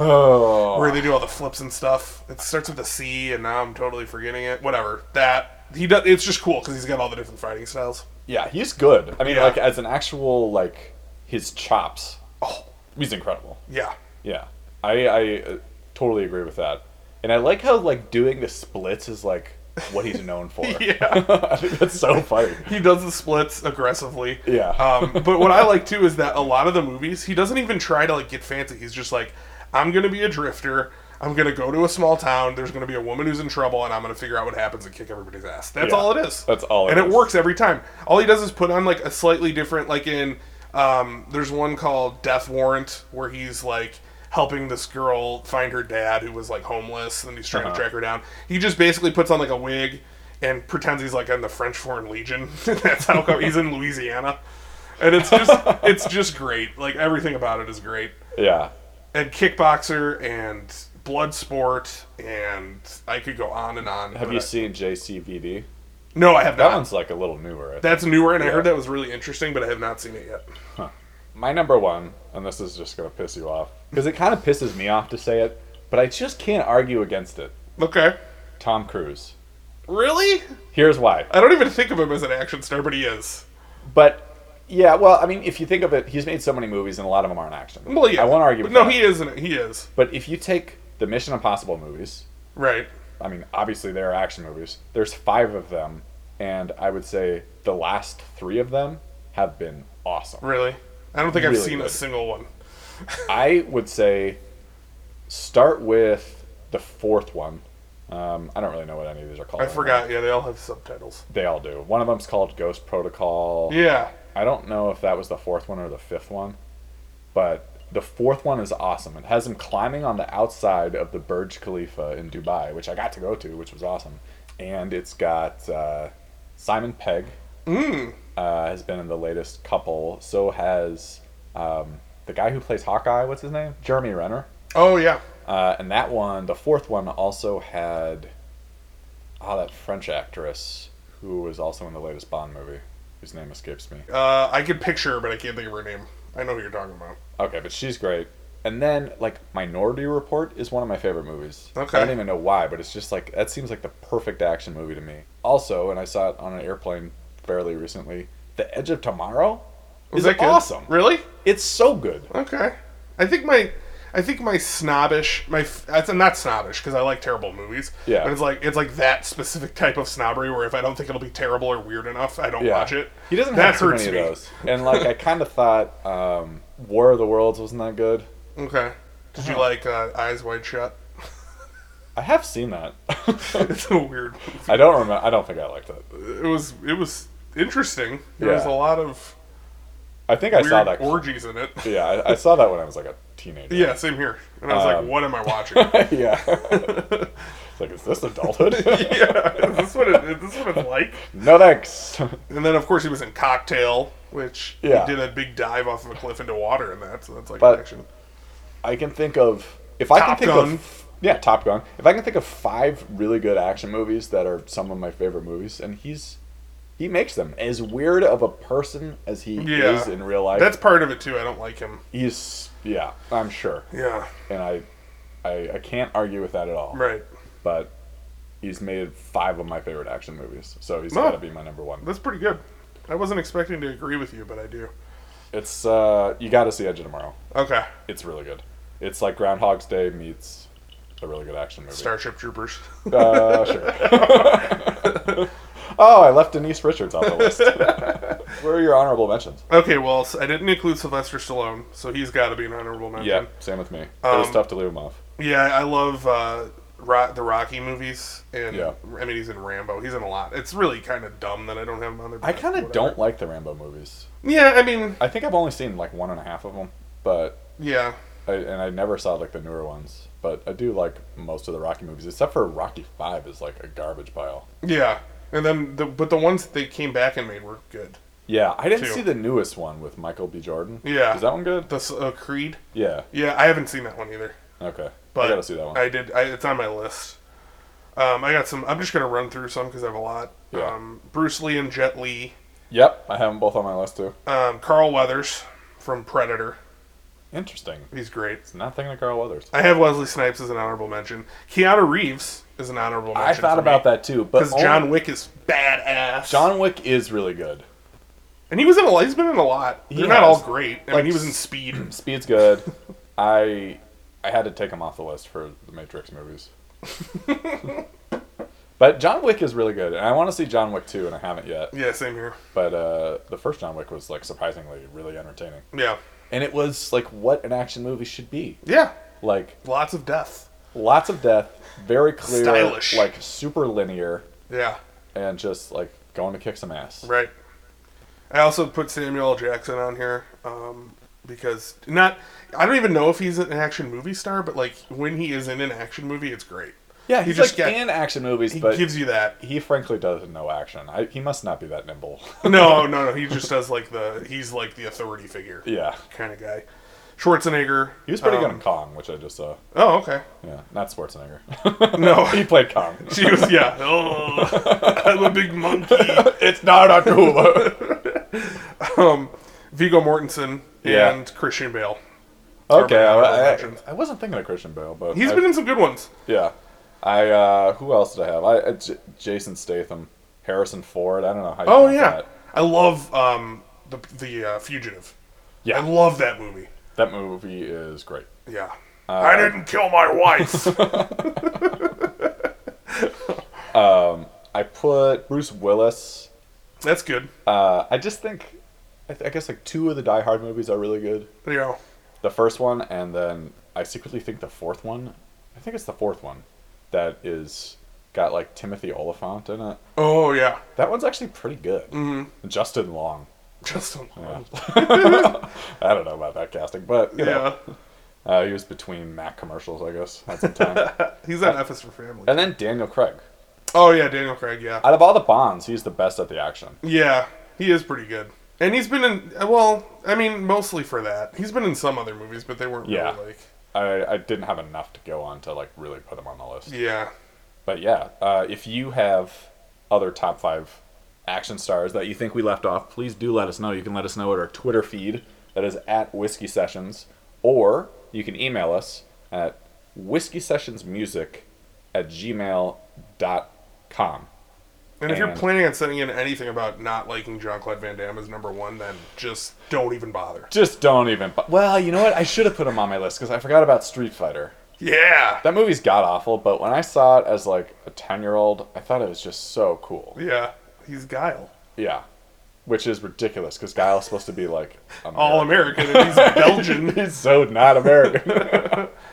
[SPEAKER 1] Oh.
[SPEAKER 2] where they do all the flips and stuff. It starts with a C, and now I'm totally forgetting it. Whatever that he does, it's just cool because he's got all the different fighting styles.
[SPEAKER 1] Yeah, he's good. I mean,
[SPEAKER 2] Yeah.
[SPEAKER 1] like as an actual like his chops,
[SPEAKER 2] Oh
[SPEAKER 1] he's incredible.
[SPEAKER 2] yeah,
[SPEAKER 1] Yeah, I I uh, totally agree with that, and I like how like doing the splits is like what he's known for.
[SPEAKER 2] Yeah.
[SPEAKER 1] I think that's so funny.
[SPEAKER 2] he does the splits aggressively.
[SPEAKER 1] Yeah.
[SPEAKER 2] Um, but what I like too is that a lot of the movies, he doesn't even try to like get fancy. He's just like, I'm gonna be a drifter. I'm gonna go to a small town. There's gonna be a woman who's in trouble, and I'm gonna figure out what happens and kick everybody's ass. That's
[SPEAKER 1] Yeah.
[SPEAKER 2] all it is.
[SPEAKER 1] That's all it
[SPEAKER 2] and
[SPEAKER 1] is.
[SPEAKER 2] it works every time. All he does is put on like a slightly different, like in um, there's one called Death Warrant where he's like helping this girl find her dad who was like homeless, and he's trying
[SPEAKER 1] Uh-huh.
[SPEAKER 2] to track her down. He just basically puts on like a wig and pretends he's like in the French Foreign Legion. That's how come he's in Louisiana, and it's just it's just great. Like everything about it is great.
[SPEAKER 1] Yeah,
[SPEAKER 2] And kickboxer and bloodsport and I could go on and on.
[SPEAKER 1] have
[SPEAKER 2] but
[SPEAKER 1] you
[SPEAKER 2] I-
[SPEAKER 1] seen JCVD?
[SPEAKER 2] No, I have
[SPEAKER 1] That
[SPEAKER 2] not.
[SPEAKER 1] one's like a little newer. I think.
[SPEAKER 2] That's newer, and I
[SPEAKER 1] Yeah.
[SPEAKER 2] heard that was really interesting, but I have not seen it yet.
[SPEAKER 1] My number one, and this is just gonna piss you off because it kind of pisses me off to say it, but I just can't argue against it.
[SPEAKER 2] Okay.
[SPEAKER 1] Tom Cruise.
[SPEAKER 2] Really?
[SPEAKER 1] Here's why.
[SPEAKER 2] I don't even think of him as an action star, but he is.
[SPEAKER 1] But yeah, well, I mean, if you think of it, he's made so many movies, and a lot of them aren't action.
[SPEAKER 2] Well, yeah.
[SPEAKER 1] I won't argue.
[SPEAKER 2] But
[SPEAKER 1] With
[SPEAKER 2] no,
[SPEAKER 1] that.
[SPEAKER 2] he is. An, he is.
[SPEAKER 1] But if you take the Mission Impossible movies,
[SPEAKER 2] Right.
[SPEAKER 1] I mean, obviously they are action movies. There's five of them, and I would say the last three of them have been awesome.
[SPEAKER 2] Really. I don't think I've
[SPEAKER 1] Really
[SPEAKER 2] seen a
[SPEAKER 1] good.
[SPEAKER 2] single one.
[SPEAKER 1] I would say start with the fourth one. Um, I don't really know what any of these are called.
[SPEAKER 2] I forgot. Yeah, they all have subtitles.
[SPEAKER 1] They all do. One of them's called Ghost Protocol.
[SPEAKER 2] Yeah.
[SPEAKER 1] I don't know if that was the fourth one or the fifth one, but the fourth one is awesome. It has him climbing on the outside of the Burj Khalifa in Dubai, which I got to go to, which was awesome. And it's got uh, Simon Pegg uh, has been in the latest couple. So has um, the guy who plays Hawkeye. What's his name? Jeremy Renner.
[SPEAKER 2] Oh yeah.
[SPEAKER 1] Uh, and that one, the fourth one, also had ah that French actress who was also in the latest Bond movie, whose name escapes me.
[SPEAKER 2] Uh, I could picture her, but I can't think of her name. I know who you're talking about.
[SPEAKER 1] Okay, but she's great. And then like Minority Report is one of my favorite movies.
[SPEAKER 2] Okay.
[SPEAKER 1] I don't even know why, but it's just like that seems like the perfect action movie to me. Also, and I saw it on an airplane fairly recently, The Edge of Tomorrow
[SPEAKER 2] Was
[SPEAKER 1] is
[SPEAKER 2] that good?
[SPEAKER 1] awesome.
[SPEAKER 2] Really?
[SPEAKER 1] It's so good.
[SPEAKER 2] Okay. I think my, I think my snobbish, my f- that's not snobbish because I like terrible movies.
[SPEAKER 1] Yeah.
[SPEAKER 2] But it's like it's like that specific type of snobbery where if I don't think it'll be terrible or weird enough, I don't
[SPEAKER 1] Yeah.
[SPEAKER 2] watch it.
[SPEAKER 1] He doesn't
[SPEAKER 2] That
[SPEAKER 1] have too
[SPEAKER 2] hurts
[SPEAKER 1] many of
[SPEAKER 2] me.
[SPEAKER 1] those. And like I kind of thought um, War of the Worlds wasn't that good.
[SPEAKER 2] Okay. Did
[SPEAKER 1] Uh-huh.
[SPEAKER 2] you like uh, Eyes Wide Shut?
[SPEAKER 1] I have seen that.
[SPEAKER 2] it's a weird.
[SPEAKER 1] I don't remember. I don't think I liked it.
[SPEAKER 2] It was. It was. interesting. There was a
[SPEAKER 1] Yeah.
[SPEAKER 2] lot of
[SPEAKER 1] I think I
[SPEAKER 2] weird
[SPEAKER 1] saw that.
[SPEAKER 2] orgies in it.
[SPEAKER 1] yeah, I, I saw that when I was like a teenager.
[SPEAKER 2] Yeah, same here. And I was like,
[SPEAKER 1] Um,
[SPEAKER 2] what am I watching?
[SPEAKER 1] yeah. it's like, is this adulthood?
[SPEAKER 2] yeah, is this what it, is this what it's like?
[SPEAKER 1] no thanks.
[SPEAKER 2] And then of course he was in Cocktail, which
[SPEAKER 1] Yeah.
[SPEAKER 2] he did a big dive off of a cliff into water in that. So that's like
[SPEAKER 1] But-
[SPEAKER 2] action.
[SPEAKER 1] I can think of if I
[SPEAKER 2] Top
[SPEAKER 1] can think
[SPEAKER 2] Gun.
[SPEAKER 1] of yeah Top Gun. If I can think of five really good action movies that are some of my favorite movies, and he's he makes them as weird of a person as he
[SPEAKER 2] Yeah.
[SPEAKER 1] is in real life.
[SPEAKER 2] That's part of it too. I don't like him.
[SPEAKER 1] he's yeah, I'm sure,
[SPEAKER 2] Yeah,
[SPEAKER 1] and I, I I can't argue with that at all.
[SPEAKER 2] right.
[SPEAKER 1] But he's made five of my favorite action movies, so he's
[SPEAKER 2] Oh.
[SPEAKER 1] got to be my number one.
[SPEAKER 2] That's pretty good. I wasn't expecting to agree with you, but I do.
[SPEAKER 1] It's uh you got to see Edge of Tomorrow.
[SPEAKER 2] Okay,
[SPEAKER 1] It's really good. It's like Groundhog's Day meets a really good action movie.
[SPEAKER 2] Starship Troopers.
[SPEAKER 1] Uh, sure. oh, I left Denise Richards on the list. Where are your honorable mentions?
[SPEAKER 2] okay, well s- I didn't include Sylvester Stallone, so he's got to be an honorable mention.
[SPEAKER 1] Yeah, same with me. It was
[SPEAKER 2] Um,
[SPEAKER 1] tough to leave him off.
[SPEAKER 2] Yeah, I love uh, Ro- the Rocky movies, and
[SPEAKER 1] Yeah.
[SPEAKER 2] I mean he's in Rambo. He's in a lot. It's really kind of dumb that I don't have him on there.
[SPEAKER 1] I
[SPEAKER 2] but
[SPEAKER 1] kind of
[SPEAKER 2] whatever.
[SPEAKER 1] don't like the Rambo movies.
[SPEAKER 2] Yeah, I mean,
[SPEAKER 1] I think I've only seen like one and a half of them, but
[SPEAKER 2] yeah.
[SPEAKER 1] I, and I never saw like the newer ones. But I do like most of the Rocky movies, except for Rocky Five is like a garbage pile.
[SPEAKER 2] Yeah, and then the but the ones that they came back and made were good.
[SPEAKER 1] Yeah, I didn't
[SPEAKER 2] Two.
[SPEAKER 1] see the newest one with Michael B. Jordan.
[SPEAKER 2] Yeah.
[SPEAKER 1] is that one good?
[SPEAKER 2] The s- uh, Creed.
[SPEAKER 1] Yeah.
[SPEAKER 2] Yeah, I haven't seen that one either,
[SPEAKER 1] Okay,
[SPEAKER 2] but
[SPEAKER 1] I gotta see that one.
[SPEAKER 2] I did. I, it's on my list. Um, I got some. I'm just gonna run through some because I have a lot.
[SPEAKER 1] Yeah.
[SPEAKER 2] Um, Bruce Lee and Jet Li,
[SPEAKER 1] yep, I have them both on my list too.
[SPEAKER 2] um, Carl Weathers from Predator.
[SPEAKER 1] Interesting.
[SPEAKER 2] He's great.
[SPEAKER 1] Not thinking of Carl Weathers.
[SPEAKER 2] I have Wesley Snipes as an honorable mention. Keanu Reeves is an honorable mention.
[SPEAKER 1] I thought about that too, but
[SPEAKER 2] because John Wick is badass.
[SPEAKER 1] John Wick is really good.
[SPEAKER 2] and he was in a. He's been in a lot. They're
[SPEAKER 1] He
[SPEAKER 2] not all
[SPEAKER 1] has.
[SPEAKER 2] great. I mean,
[SPEAKER 1] Like,
[SPEAKER 2] he was in Speed.
[SPEAKER 1] Speed's good. I I had to take him off the list for the Matrix movies. but John Wick is really good, and I want to see John Wick 2, and I haven't yet.
[SPEAKER 2] yeah, same here.
[SPEAKER 1] But uh, the first John Wick was like surprisingly really entertaining,
[SPEAKER 2] Yeah,
[SPEAKER 1] and it was like what an action movie should be.
[SPEAKER 2] yeah.
[SPEAKER 1] Like
[SPEAKER 2] Lots of death.
[SPEAKER 1] lots of death, very clear,
[SPEAKER 2] Stylish.
[SPEAKER 1] like super linear,
[SPEAKER 2] Yeah,
[SPEAKER 1] and just like going to kick some ass.
[SPEAKER 2] right. I also put Samuel L. Jackson on here um, because not. I don't even know if he's an action movie star, but like when he is in an action movie, it's great.
[SPEAKER 1] Yeah,
[SPEAKER 2] He
[SPEAKER 1] he's
[SPEAKER 2] just
[SPEAKER 1] like
[SPEAKER 2] got-
[SPEAKER 1] in action movies,
[SPEAKER 2] He
[SPEAKER 1] but
[SPEAKER 2] gives you that.
[SPEAKER 1] He frankly doesn't know action. I, he must not be that nimble.
[SPEAKER 2] No, no, no. He just does like the. He's like the authority figure
[SPEAKER 1] yeah.
[SPEAKER 2] kind of guy. Schwarzenegger.
[SPEAKER 1] He was pretty
[SPEAKER 2] um,
[SPEAKER 1] good in Kong, which I just saw.
[SPEAKER 2] Oh, okay.
[SPEAKER 1] Yeah, not Schwarzenegger.
[SPEAKER 2] No.
[SPEAKER 1] he played Kong.
[SPEAKER 2] She was yeah. Oh, I'm a big monkey.
[SPEAKER 1] it's not a Akula.
[SPEAKER 2] Um, Viggo Mortensen
[SPEAKER 1] Yeah.
[SPEAKER 2] and Christian Bale.
[SPEAKER 1] okay,
[SPEAKER 2] Urban
[SPEAKER 1] I, I,
[SPEAKER 2] legend.
[SPEAKER 1] I wasn't thinking of Christian Bale, but
[SPEAKER 2] He's
[SPEAKER 1] I,
[SPEAKER 2] been in some good ones.
[SPEAKER 1] yeah. I uh, who else did I have? I, I J- Jason Statham, Harrison Ford. I don't know how. You
[SPEAKER 2] Oh
[SPEAKER 1] count
[SPEAKER 2] yeah,
[SPEAKER 1] that.
[SPEAKER 2] I love um, the the uh, Fugitive.
[SPEAKER 1] Yeah.
[SPEAKER 2] I love that movie.
[SPEAKER 1] that movie is great.
[SPEAKER 2] Yeah,
[SPEAKER 1] Uh,
[SPEAKER 2] I didn't kill my wife.
[SPEAKER 1] I put Bruce Willis.
[SPEAKER 2] That's good.
[SPEAKER 1] Uh, I just think, I, th- I guess like two of the Die Hard movies are really good.
[SPEAKER 2] Yeah,
[SPEAKER 1] the first one and then i secretly think the fourth one i think it's the fourth one that is got like timothy oliphant in it
[SPEAKER 2] oh yeah,
[SPEAKER 1] that one's actually pretty good justin long
[SPEAKER 2] just a yeah.
[SPEAKER 1] i don't know about that casting but you know,
[SPEAKER 2] yeah.
[SPEAKER 1] uh, he was between mac commercials i guess at some time
[SPEAKER 2] He's on F is for Family.
[SPEAKER 1] and then daniel craig
[SPEAKER 2] Oh yeah, Daniel Craig. Yeah,
[SPEAKER 1] out of all the bonds he's the best at the action
[SPEAKER 2] yeah. He is pretty good. And he's been in well, I mean, mostly for that. He's been in some other movies, but they weren't
[SPEAKER 1] Yeah.
[SPEAKER 2] really like
[SPEAKER 1] I, I didn't have enough to go on to like really put him on the list
[SPEAKER 2] yeah.
[SPEAKER 1] But yeah, uh, if you have other top five action stars that you think we left off, please do let us know. You can let us know at our Twitter feed, that is at Whiskey Sessions, or you can email us at whiskey sessions music at gmail.com.
[SPEAKER 2] And if you're
[SPEAKER 1] And-
[SPEAKER 2] planning on sending in anything about not liking Jean Claude Van Damme as number one, then just don't even bother.
[SPEAKER 1] Just don't even. bu- Well, you know what? I should have put him on my list because I forgot about Street Fighter.
[SPEAKER 2] Yeah,
[SPEAKER 1] That movie's god awful, but when I saw it as like a 10 year old, I thought it was just so cool.
[SPEAKER 2] yeah. He's Guile,
[SPEAKER 1] Yeah. Which is ridiculous because Guile's supposed to be like
[SPEAKER 2] all American, and he's Belgian.
[SPEAKER 1] He's so not American.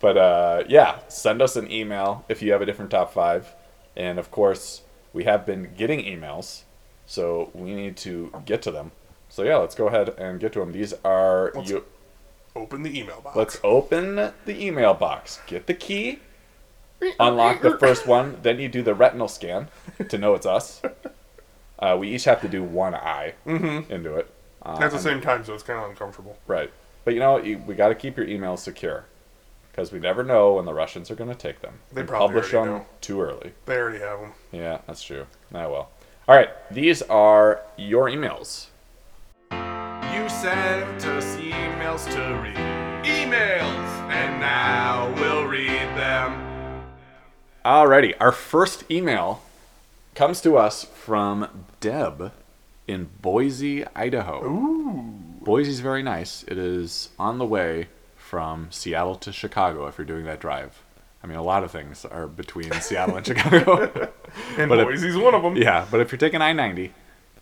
[SPEAKER 1] but uh, yeah, send us an email if you have a different top five. And of course, we have been getting emails So we need to get to them. So yeah, let's go ahead and get to them. These are
[SPEAKER 2] Let's-
[SPEAKER 1] you.
[SPEAKER 2] Open the email box.
[SPEAKER 1] Let's open the email box. Get the key. Unlock the first one. Then you do the retinal scan to know it's us. Uh, we each have to do one eye into it. Uh,
[SPEAKER 2] At the same time, so it's kind of uncomfortable.
[SPEAKER 1] Right. But you know what? You, we got to keep your emails secure because we never know when the Russians are going to take them.
[SPEAKER 2] They
[SPEAKER 1] and
[SPEAKER 2] probably
[SPEAKER 1] publish
[SPEAKER 2] already
[SPEAKER 1] them
[SPEAKER 2] know.
[SPEAKER 1] too early.
[SPEAKER 2] They already have them.
[SPEAKER 1] Yeah, that's true. I will. All right. These are your emails.
[SPEAKER 2] You sent us emails to read. Emails! And now we'll read them.
[SPEAKER 1] Alrighty. Our first email comes to us from Deb in Boise, Idaho. Boise's very nice. It is on the way from Seattle to Chicago if you're doing that drive. I mean, a lot of things are between Seattle and Chicago.
[SPEAKER 2] And
[SPEAKER 1] But if-
[SPEAKER 2] Boise's one of them.
[SPEAKER 1] Yeah, but if you're taking I 90,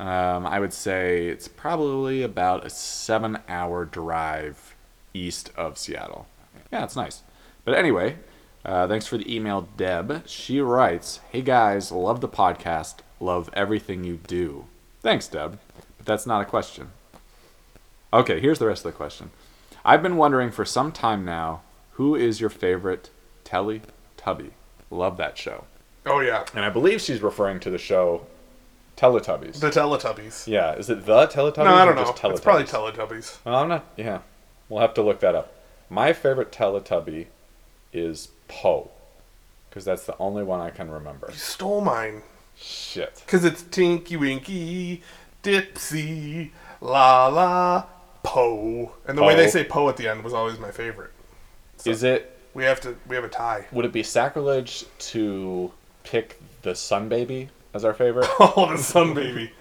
[SPEAKER 1] um, I would say it's probably about a seven hour drive east of Seattle. Yeah, it's nice. But anyway, uh, thanks for the email, Deb. She writes Hey guys, love the podcast, love everything you do. Thanks, Deb. But that's not a question. Okay, here's the rest of the question. I've been wondering for some time now who is your favorite Teletubby? Love that show.
[SPEAKER 2] Oh, yeah.
[SPEAKER 1] And I believe she's referring to the show Teletubbies.
[SPEAKER 2] The Teletubbies.
[SPEAKER 1] yeah, is it the Teletubbies?
[SPEAKER 2] No, I don't
[SPEAKER 1] or
[SPEAKER 2] know.
[SPEAKER 1] Just
[SPEAKER 2] It's probably
[SPEAKER 1] Teletubbies?
[SPEAKER 2] Teletubbies.
[SPEAKER 1] Well, I'm not. Yeah, we'll have to look that up. My favorite Teletubby is Poe, because that's the only one I can remember.
[SPEAKER 2] You stole mine.
[SPEAKER 1] Shit.
[SPEAKER 2] Because it's Tinky Winky, Dipsy, La La, Poe. And the way
[SPEAKER 1] Poe.
[SPEAKER 2] they say Poe at the end was always my favorite.
[SPEAKER 1] Is it?
[SPEAKER 2] We have to, we have a tie.
[SPEAKER 1] Would it be sacrilege to pick the Sun Baby as our favorite?
[SPEAKER 2] Oh, the Sun Baby.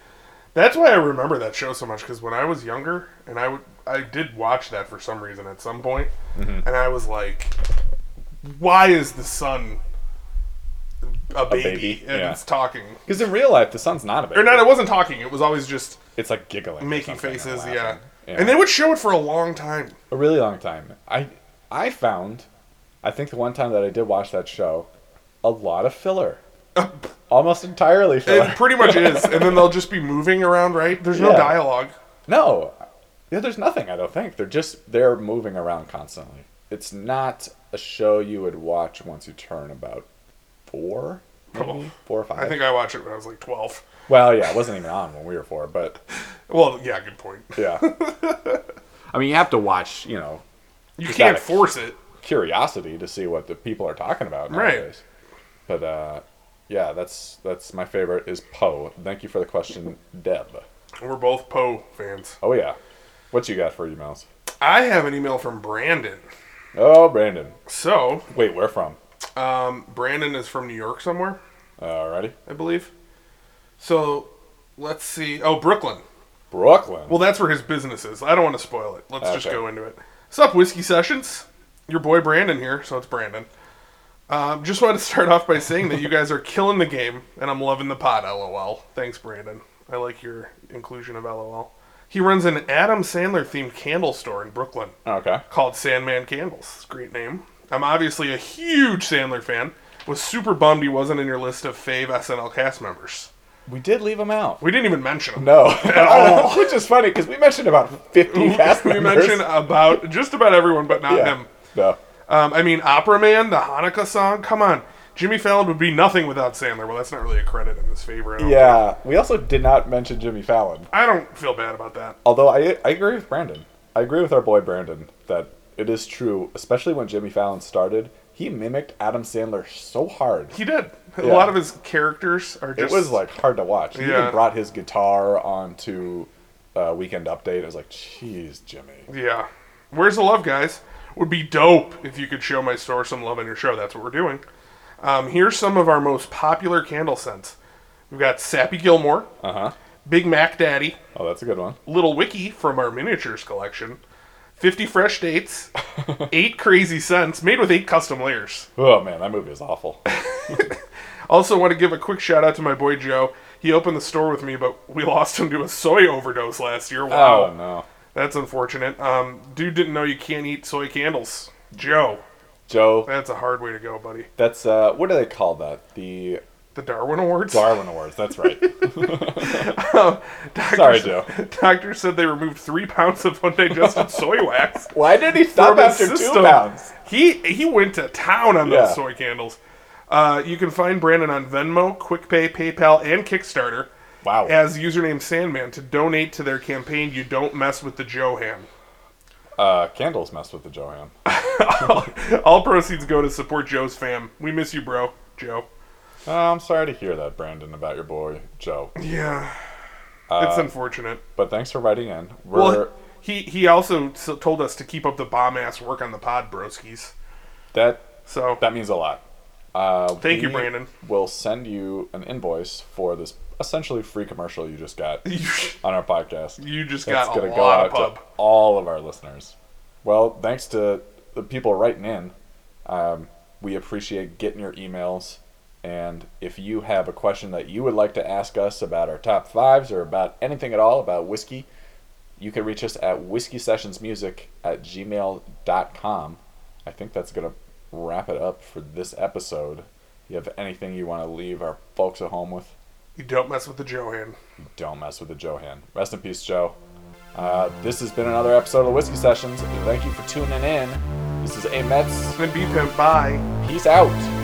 [SPEAKER 2] That's why I remember that show so much because when I was younger, and I would, I did watch that for some reason at some point,
[SPEAKER 1] Mm-hmm.
[SPEAKER 2] and I was like, "Why is the sun a baby,
[SPEAKER 1] baby,
[SPEAKER 2] and
[SPEAKER 1] yeah.
[SPEAKER 2] it's talking?"
[SPEAKER 1] Because in real life, the sun's not a baby.
[SPEAKER 2] Or not, it wasn't talking. It was always just
[SPEAKER 1] It's like giggling, or
[SPEAKER 2] making
[SPEAKER 1] something and
[SPEAKER 2] faces.
[SPEAKER 1] laughing.
[SPEAKER 2] Yeah. and they would show it for a long time.
[SPEAKER 1] a really long time. I I found, I think the one time that I did watch that show, a lot of filler, almost entirely filler.
[SPEAKER 2] It pretty much is, and then they'll just be moving around. Right? There's no
[SPEAKER 1] Yeah.
[SPEAKER 2] dialogue.
[SPEAKER 1] no, yeah, there's nothing. I don't think they're just they're moving around constantly. It's not a show you would watch once you turn about four, maybe
[SPEAKER 2] Oh.
[SPEAKER 1] four or five.
[SPEAKER 2] I think I watched it when I was like 12.
[SPEAKER 1] Well, yeah, it wasn't even on when we were four, but
[SPEAKER 2] Well, yeah, good point.
[SPEAKER 1] yeah. I mean, you have to watch, you know,
[SPEAKER 2] You
[SPEAKER 1] You
[SPEAKER 2] can't
[SPEAKER 1] gotta-
[SPEAKER 2] force it.
[SPEAKER 1] curiosity to see what the people are talking about
[SPEAKER 2] Right.
[SPEAKER 1] nowadays. But uh, yeah, that's that's my favorite is Poe. Thank you for the question, Deb.
[SPEAKER 2] We're both Poe fans.
[SPEAKER 1] Oh yeah, what you got for emails?
[SPEAKER 2] I have an email from Brandon.
[SPEAKER 1] Oh, Brandon.
[SPEAKER 2] So,
[SPEAKER 1] Wait, where from?
[SPEAKER 2] um, Brandon is from New York somewhere,
[SPEAKER 1] Alrighty,
[SPEAKER 2] I believe. So, let's see. Oh, Brooklyn.
[SPEAKER 1] Brooklyn.
[SPEAKER 2] Well, that's where his business is. I don't want to spoil it. Let's just
[SPEAKER 1] Okay.
[SPEAKER 2] go into it. What's up, Whiskey Sessions? Your boy Brandon here. So it's Brandon. Um, just wanted to start off by saying that you guys are killing the game, and I'm loving the pod. LOL. Thanks, Brandon. I like your inclusion of LOL. He runs an Adam Sandler themed candle store in Brooklyn.
[SPEAKER 1] okay.
[SPEAKER 2] called Sandman Candles. Great name. I'm obviously a huge Sandler fan. Was super bummed he wasn't in your list of fave SNL cast members.
[SPEAKER 1] We did leave him out.
[SPEAKER 2] We didn't even mention him.
[SPEAKER 1] No, Oh, which is funny because we mentioned about fifty cast
[SPEAKER 2] Oh. we
[SPEAKER 1] members.
[SPEAKER 2] mentioned about just about everyone, but not
[SPEAKER 1] yeah.
[SPEAKER 2] him.
[SPEAKER 1] No.
[SPEAKER 2] Um, I mean, Opera Man, the Hanukkah song. Come on, Jimmy Fallon would be nothing without Sandler. Well, that's not really a credit in his favor. I don't,
[SPEAKER 1] Yeah, we also did not mention Jimmy Fallon.
[SPEAKER 2] I don't feel bad about that.
[SPEAKER 1] Although I I agree with Brandon. I agree with our boy Brandon that it is true, especially when Jimmy Fallon started, he mimicked Adam Sandler so hard.
[SPEAKER 2] He did. A
[SPEAKER 1] Yeah.
[SPEAKER 2] lot of his characters are
[SPEAKER 1] It
[SPEAKER 2] just.
[SPEAKER 1] was like hard to watch. He
[SPEAKER 2] Yeah.
[SPEAKER 1] even brought his guitar onto uh, Weekend Update. I was like, "Jeez, Jimmy."
[SPEAKER 2] Yeah. Where's the love, guys? Would be dope if you could show my store some love on your show. That's what we're doing. Um, here's some of our most popular candle scents. We've got Sappy Gilmore,
[SPEAKER 1] Uh huh.
[SPEAKER 2] Big Mac Daddy,
[SPEAKER 1] Oh, that's a good one.
[SPEAKER 2] Little Wiki from our miniatures collection, 50 Fresh Dates, 8 Crazy Scents, made with 8 custom layers.
[SPEAKER 1] Oh man, that movie is awful.
[SPEAKER 2] Also, want to give a quick shout out to my boy Joe. He opened the store with me, but we lost him to a soy overdose last year. Wow.
[SPEAKER 1] Oh no,
[SPEAKER 2] That's unfortunate. Um, dude didn't know you can't eat soy candles. Joe.
[SPEAKER 1] Joe.
[SPEAKER 2] That's a hard way to go, buddy.
[SPEAKER 1] That's uh, what do they call that? The
[SPEAKER 2] the Darwin Awards.
[SPEAKER 1] Darwin Awards. That's right.
[SPEAKER 2] Um, doctor
[SPEAKER 1] Sorry,
[SPEAKER 2] s-
[SPEAKER 1] Joe.
[SPEAKER 2] Doctor said they removed three pounds of one digested soy wax
[SPEAKER 1] Why did he stop
[SPEAKER 2] from his
[SPEAKER 1] after two
[SPEAKER 2] system.
[SPEAKER 1] pounds?
[SPEAKER 2] He he went to town on
[SPEAKER 1] Yeah.
[SPEAKER 2] those soy candles. Uh, you can find Brandon on Venmo, QuickPay, PayPal, and Kickstarter
[SPEAKER 1] Wow.
[SPEAKER 2] as username Sandman to donate to their campaign. You don't mess with the Johan.
[SPEAKER 1] Uh, candles messed with the Johan.
[SPEAKER 2] All proceeds go to support Joe's fam. We miss you, bro, Joe.
[SPEAKER 1] Oh, I'm sorry to hear that, Brandon, about your boy Joe.
[SPEAKER 2] Yeah,
[SPEAKER 1] Uh,
[SPEAKER 2] it's unfortunate.
[SPEAKER 1] But thanks for writing in. We're
[SPEAKER 2] Well, he he also s- told us to keep up the bomb ass work on the pod, broskies.
[SPEAKER 1] that
[SPEAKER 2] So
[SPEAKER 1] that means a lot. Uh,
[SPEAKER 2] Thank you,
[SPEAKER 1] we
[SPEAKER 2] Brandon.
[SPEAKER 1] We'll send you an invoice for this essentially free commercial you just got on our podcast.
[SPEAKER 2] you just
[SPEAKER 1] That's
[SPEAKER 2] got a
[SPEAKER 1] gonna go
[SPEAKER 2] lot of
[SPEAKER 1] out
[SPEAKER 2] pub.
[SPEAKER 1] to all of our listeners. Well, thanks to the people writing in. Um, we appreciate getting your emails. And if you have a question that you would like to ask us about our top fives or about anything at all about whiskey, you can reach us at whiskey sessions music at gmail.com. I think that's going to wrap it up for this episode. You have anything you want to leave our folks at home with?
[SPEAKER 2] You don't mess with the Johan.
[SPEAKER 1] Don't mess with the Johan. Rest in peace, Joe. Uh, this has been another episode of Whiskey Sessions. Thank you for tuning in. This is A Mets.
[SPEAKER 2] And beat him. Bye.
[SPEAKER 1] Peace out.